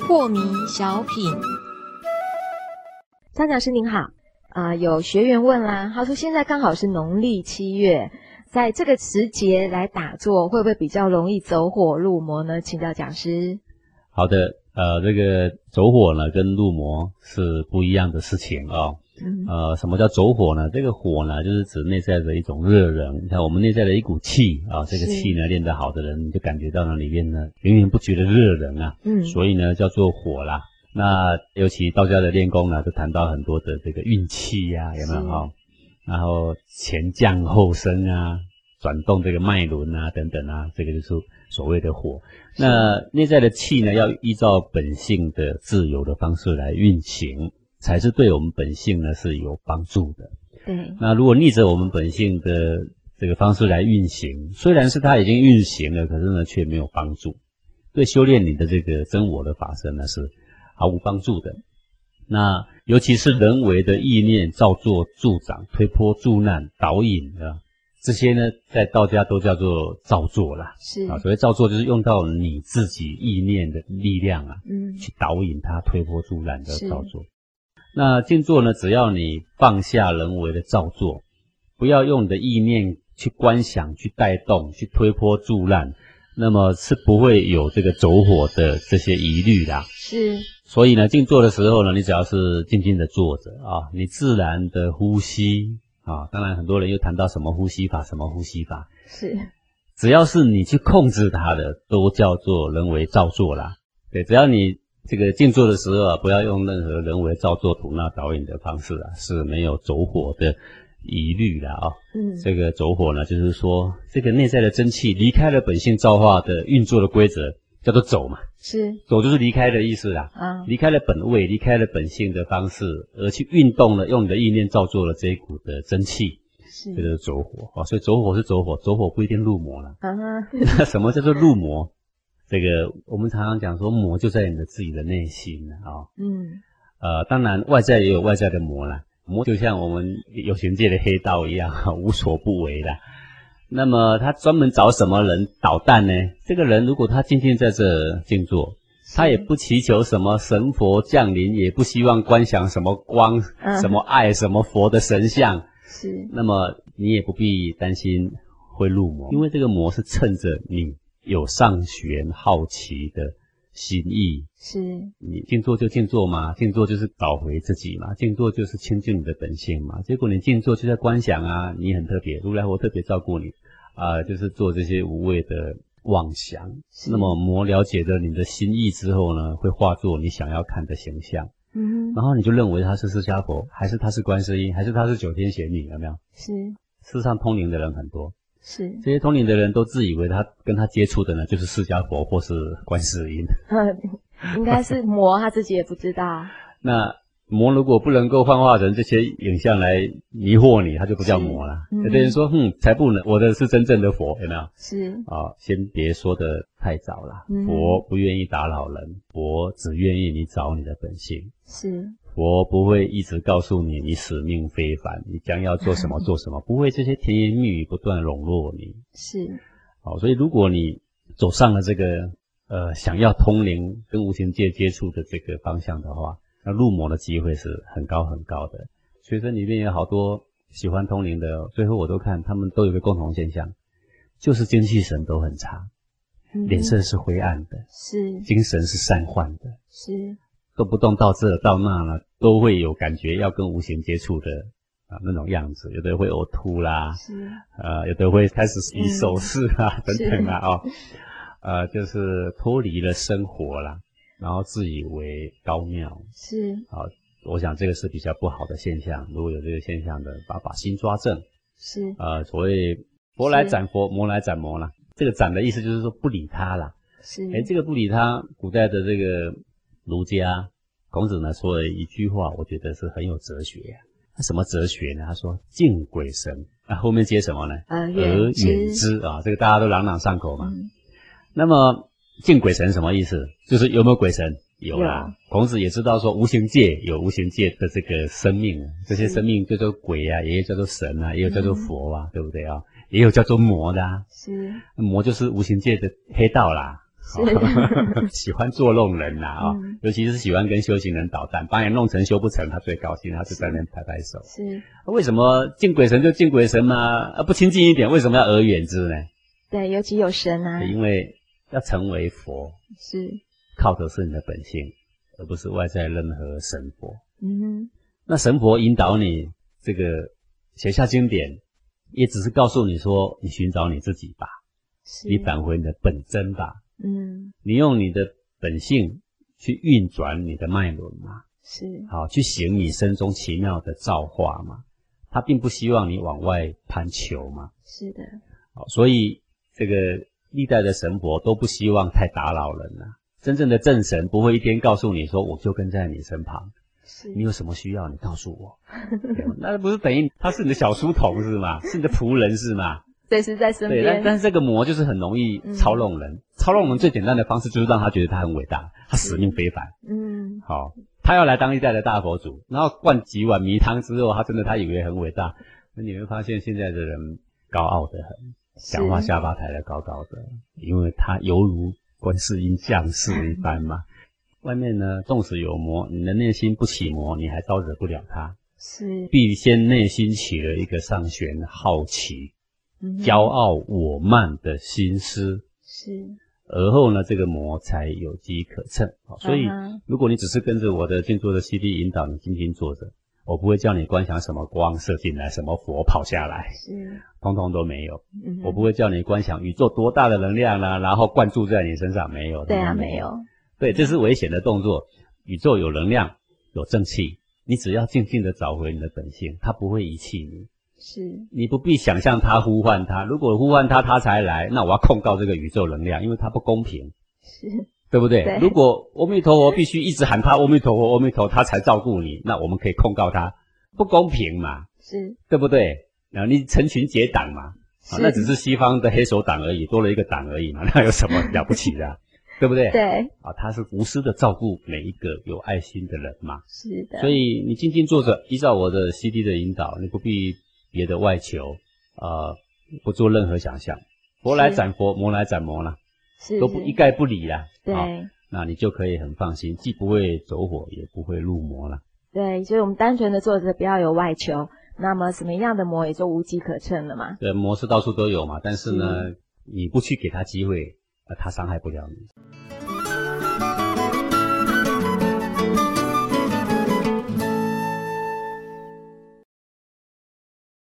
破迷小品，张讲师您好，啊、有学员问啦，他说现在刚好是农历七月，在这个时节来打坐，会不会比较容易走火入魔呢？请教讲师。好的，呃，这个走火呢跟入魔是不一样的事情哦。嗯呃，什么叫走火呢？这个火呢，就是指内在的一种热能。你看我们内在的一股气啊，这是个气呢练得好的人，你就感觉到那里面呢源源不绝的热能啊，嗯，所以呢叫做火啦。那尤其道家的练功呢，就谈到很多的这个运气呀、有没有是哈、然后前降后升啊，转动这个脉轮啊，等等啊，这个就是所谓的火。那内在的气呢，要依照本性的自由的方式来运行，才是对我们本性呢是有帮助的。对，那如果逆着我们本性的这个方式来运行，虽然是它已经运行了，可是呢却没有帮助，对修炼你的这个真我的法身呢是毫无帮助的。那尤其是人为的意念造作助长、推波助难、导引啊，这些呢在道家都叫做造作啦。是，啊，所谓造作就是用到你自己意念的力量啊，嗯，去导引它推波助澜的是造作。那静坐呢，只要你放下人为的造作，不要用你的意念去观想、去带动、去推波助澜，那么是不会有这个走火的这些疑虑啦。是，所以呢，静坐的时候呢，你只要是静静的坐着啊，你自然的呼吸啊，当然很多人又谈到什么呼吸法、什么呼吸法，是，只要是你去控制它的，都叫做人为造作啦。对，只要你这个静坐的时候啊，不要用任何人为造作、吐纳导引的方式啊，是没有走火的疑虑啦啊、嗯，这个走火呢，就是说这个内在的真气离开了本性造化的运作的规则，叫做走嘛，是，走就是离开的意思啦。啊，离开了本位，离开了本性的方式，而去运动了，用你的意念造作了这一股的真气，这是，就是走火啊、哦。所以走火是走火，走火不一定入魔啦。啊，那 什么叫做入魔？这个我们常常讲说，魔就在你的自己的内心啊、哦嗯，呃，当然外在也有外在的魔啦，魔就像我们有形界的黑道一样， 哈无所不为啦。那么他专门找什么人捣蛋呢？这个人如果他静静在这静坐，他也是，不祈求什么神佛降临，也不希望观想什么光、嗯什么爱、什么佛的神像，是，那么你也不必担心会入魔，因为这个魔是趁着你有上玄好奇的心意，是，你静坐就静坐嘛，静坐就是找回自己嘛，静坐就是亲近你的本性嘛。结果你静坐就在观想啊，你很特别，如来佛特别照顾你，啊、就是做这些无谓的妄想。是那么魔了解了你的心意之后呢，会化作你想要看的形象，嗯哼，然后你就认为他是释迦佛，还是他是观世音，还是他是九天玄女，有没有？是，世上通灵的人很多，是， 这些通灵的人都自以为他跟他接触的呢就是释迦佛或是观世音。 嗯，应该是魔他自己也不知道，那魔如果不能够幻化成这些影像来迷惑你，他就不叫魔了。是嗯有的人说，哼，才不呢，我的是真正的佛，有没有？是，啊，先别说的太早了嗯。佛不愿意打扰人，佛只愿意你找你的本性。是，佛不会一直告诉你你使命非凡，你将要做 什么做什么，不会这些甜言蜜语不断笼络你。是，好，所以如果你走上了这个呃想要通灵跟无形界接触的这个方向的话，那入魔的机会是很高很高的。学生里面有好多喜欢通灵的，最后我都看他们都有一个共同现象，就是精气神都很差，嗯脸色是灰暗的，是精神是散涣的，是动不动到这到那了，都会有感觉要跟无形接触的啊那种样子，有的会呕吐啦，是，呃，有的会开始以手势啊、嗯等等啊哦，呃，就是脱离了生活啦，然后自以为高妙。是我想这个是比较不好的现象。如果有这个现象的，把把心抓正。是呃，所谓佛来是斩佛，魔来斩魔啦。这个斩的意思就是说不理他啦。是，哎，这个不理他，古代的这个儒家孔子呢说了一句话，我觉得是很有哲学呀、他什么哲学呢？他说敬鬼神。那、后面接什么呢？呃而远远之之啊，这个大家都朗朗上口嘛。嗯那么敬鬼神什么意思？就是有没有鬼神？有啦，孔子也知道说无形界有无形界的这个生命，啊这些生命叫做鬼啊，也有叫做神啊，也有叫做佛嗯啊，对不对啊？也有叫做魔的啊，是魔就是无形界的黑道啦，哦是 喜欢作弄人呐啊，嗯尤其是喜欢跟修行人捣蛋，把你弄成修不成，他最高兴，他就在那边拍拍手。 是，为什么敬鬼神就敬鬼神嘛？啊，不亲近一点，为什么要而远之呢？对，尤其有神啊，因为要成为佛，是，靠的是你的本性，而不是外在任何神佛。嗯哼，那神佛引导你这个写下经典，也只是告诉你说，你寻找你自己吧，是，你返回你的本真吧，嗯，你用你的本性去运转你的脉轮嘛，是，好，去行你身中奇妙的造化嘛。他并不希望你往外攀求嘛，是的，好，所以这个历代的神佛都不希望太打扰人了、真正的正神不会一天告诉你说，我就跟在你身旁，是，你有什么需要，你告诉 我。对吗那不是等于他是你的小书童是吗？是你的仆人是吗？随时在身对，但边，嗯但是这个魔就是很容易操弄人，操弄人最简单的方式就是让他觉得他很伟大，他使命非凡。嗯，好，他要来当一代的大佛祖，然后灌几碗迷汤之后，他真的他以为很伟大，那你会发现现在的人高傲的很，讲话是下巴抬得高高的，因为他犹如观世音降世一般嘛。外面呢，纵使有魔，你的内心不起魔，你还招惹不了他。是，必先内心起了一个上旋好奇、嗯哼骄傲、我慢的心思，是，而后呢，这个魔才有机可乘。好所以嗯哼如果你只是跟着我的静坐的 CD 引导，你静静坐着，我不会叫你观想什么光射进来，什么佛跑下来，是，通通都没有。嗯哼我不会叫你观想宇宙多大的能量啦、然后灌注在你身上，没有。对啊，通通没。有，对，这是危险的动作。宇宙有能量，有正气，你只要静静的找回你的本性，它不会遗弃你。是，你不必想象它呼唤它，如果呼唤它，它才来，那我要控告这个宇宙能量，因为它不公平。是，对不对？对如果阿弥陀佛必须一直喊他阿弥陀佛阿弥陀，佛，他才照顾你，那我们可以控告他不公平嘛，是，对不对？然后你成群结党嘛，啊，是那只是西方的黑手党而已，多了一个党而已嘛， 那有 什么了不起的啊、对不对？对，啊，他是无私的照顾每一个有爱心的人嘛，是的，所以你静静坐着，依照我的 CD 的引导，你不必别的外求，呃，不做任何想象，佛来是斩佛，魔来斩魔啦，是都不是一概不理啦。对。啊那你就可以很放心，既不会走火，也不会入魔了。对，所以我们单纯的坐着，不要有外求，那么什么样的魔也就无机可乘了嘛。对，魔呃是到处都有嘛，但是呢，你不去给他机会，呃，他伤害不了你。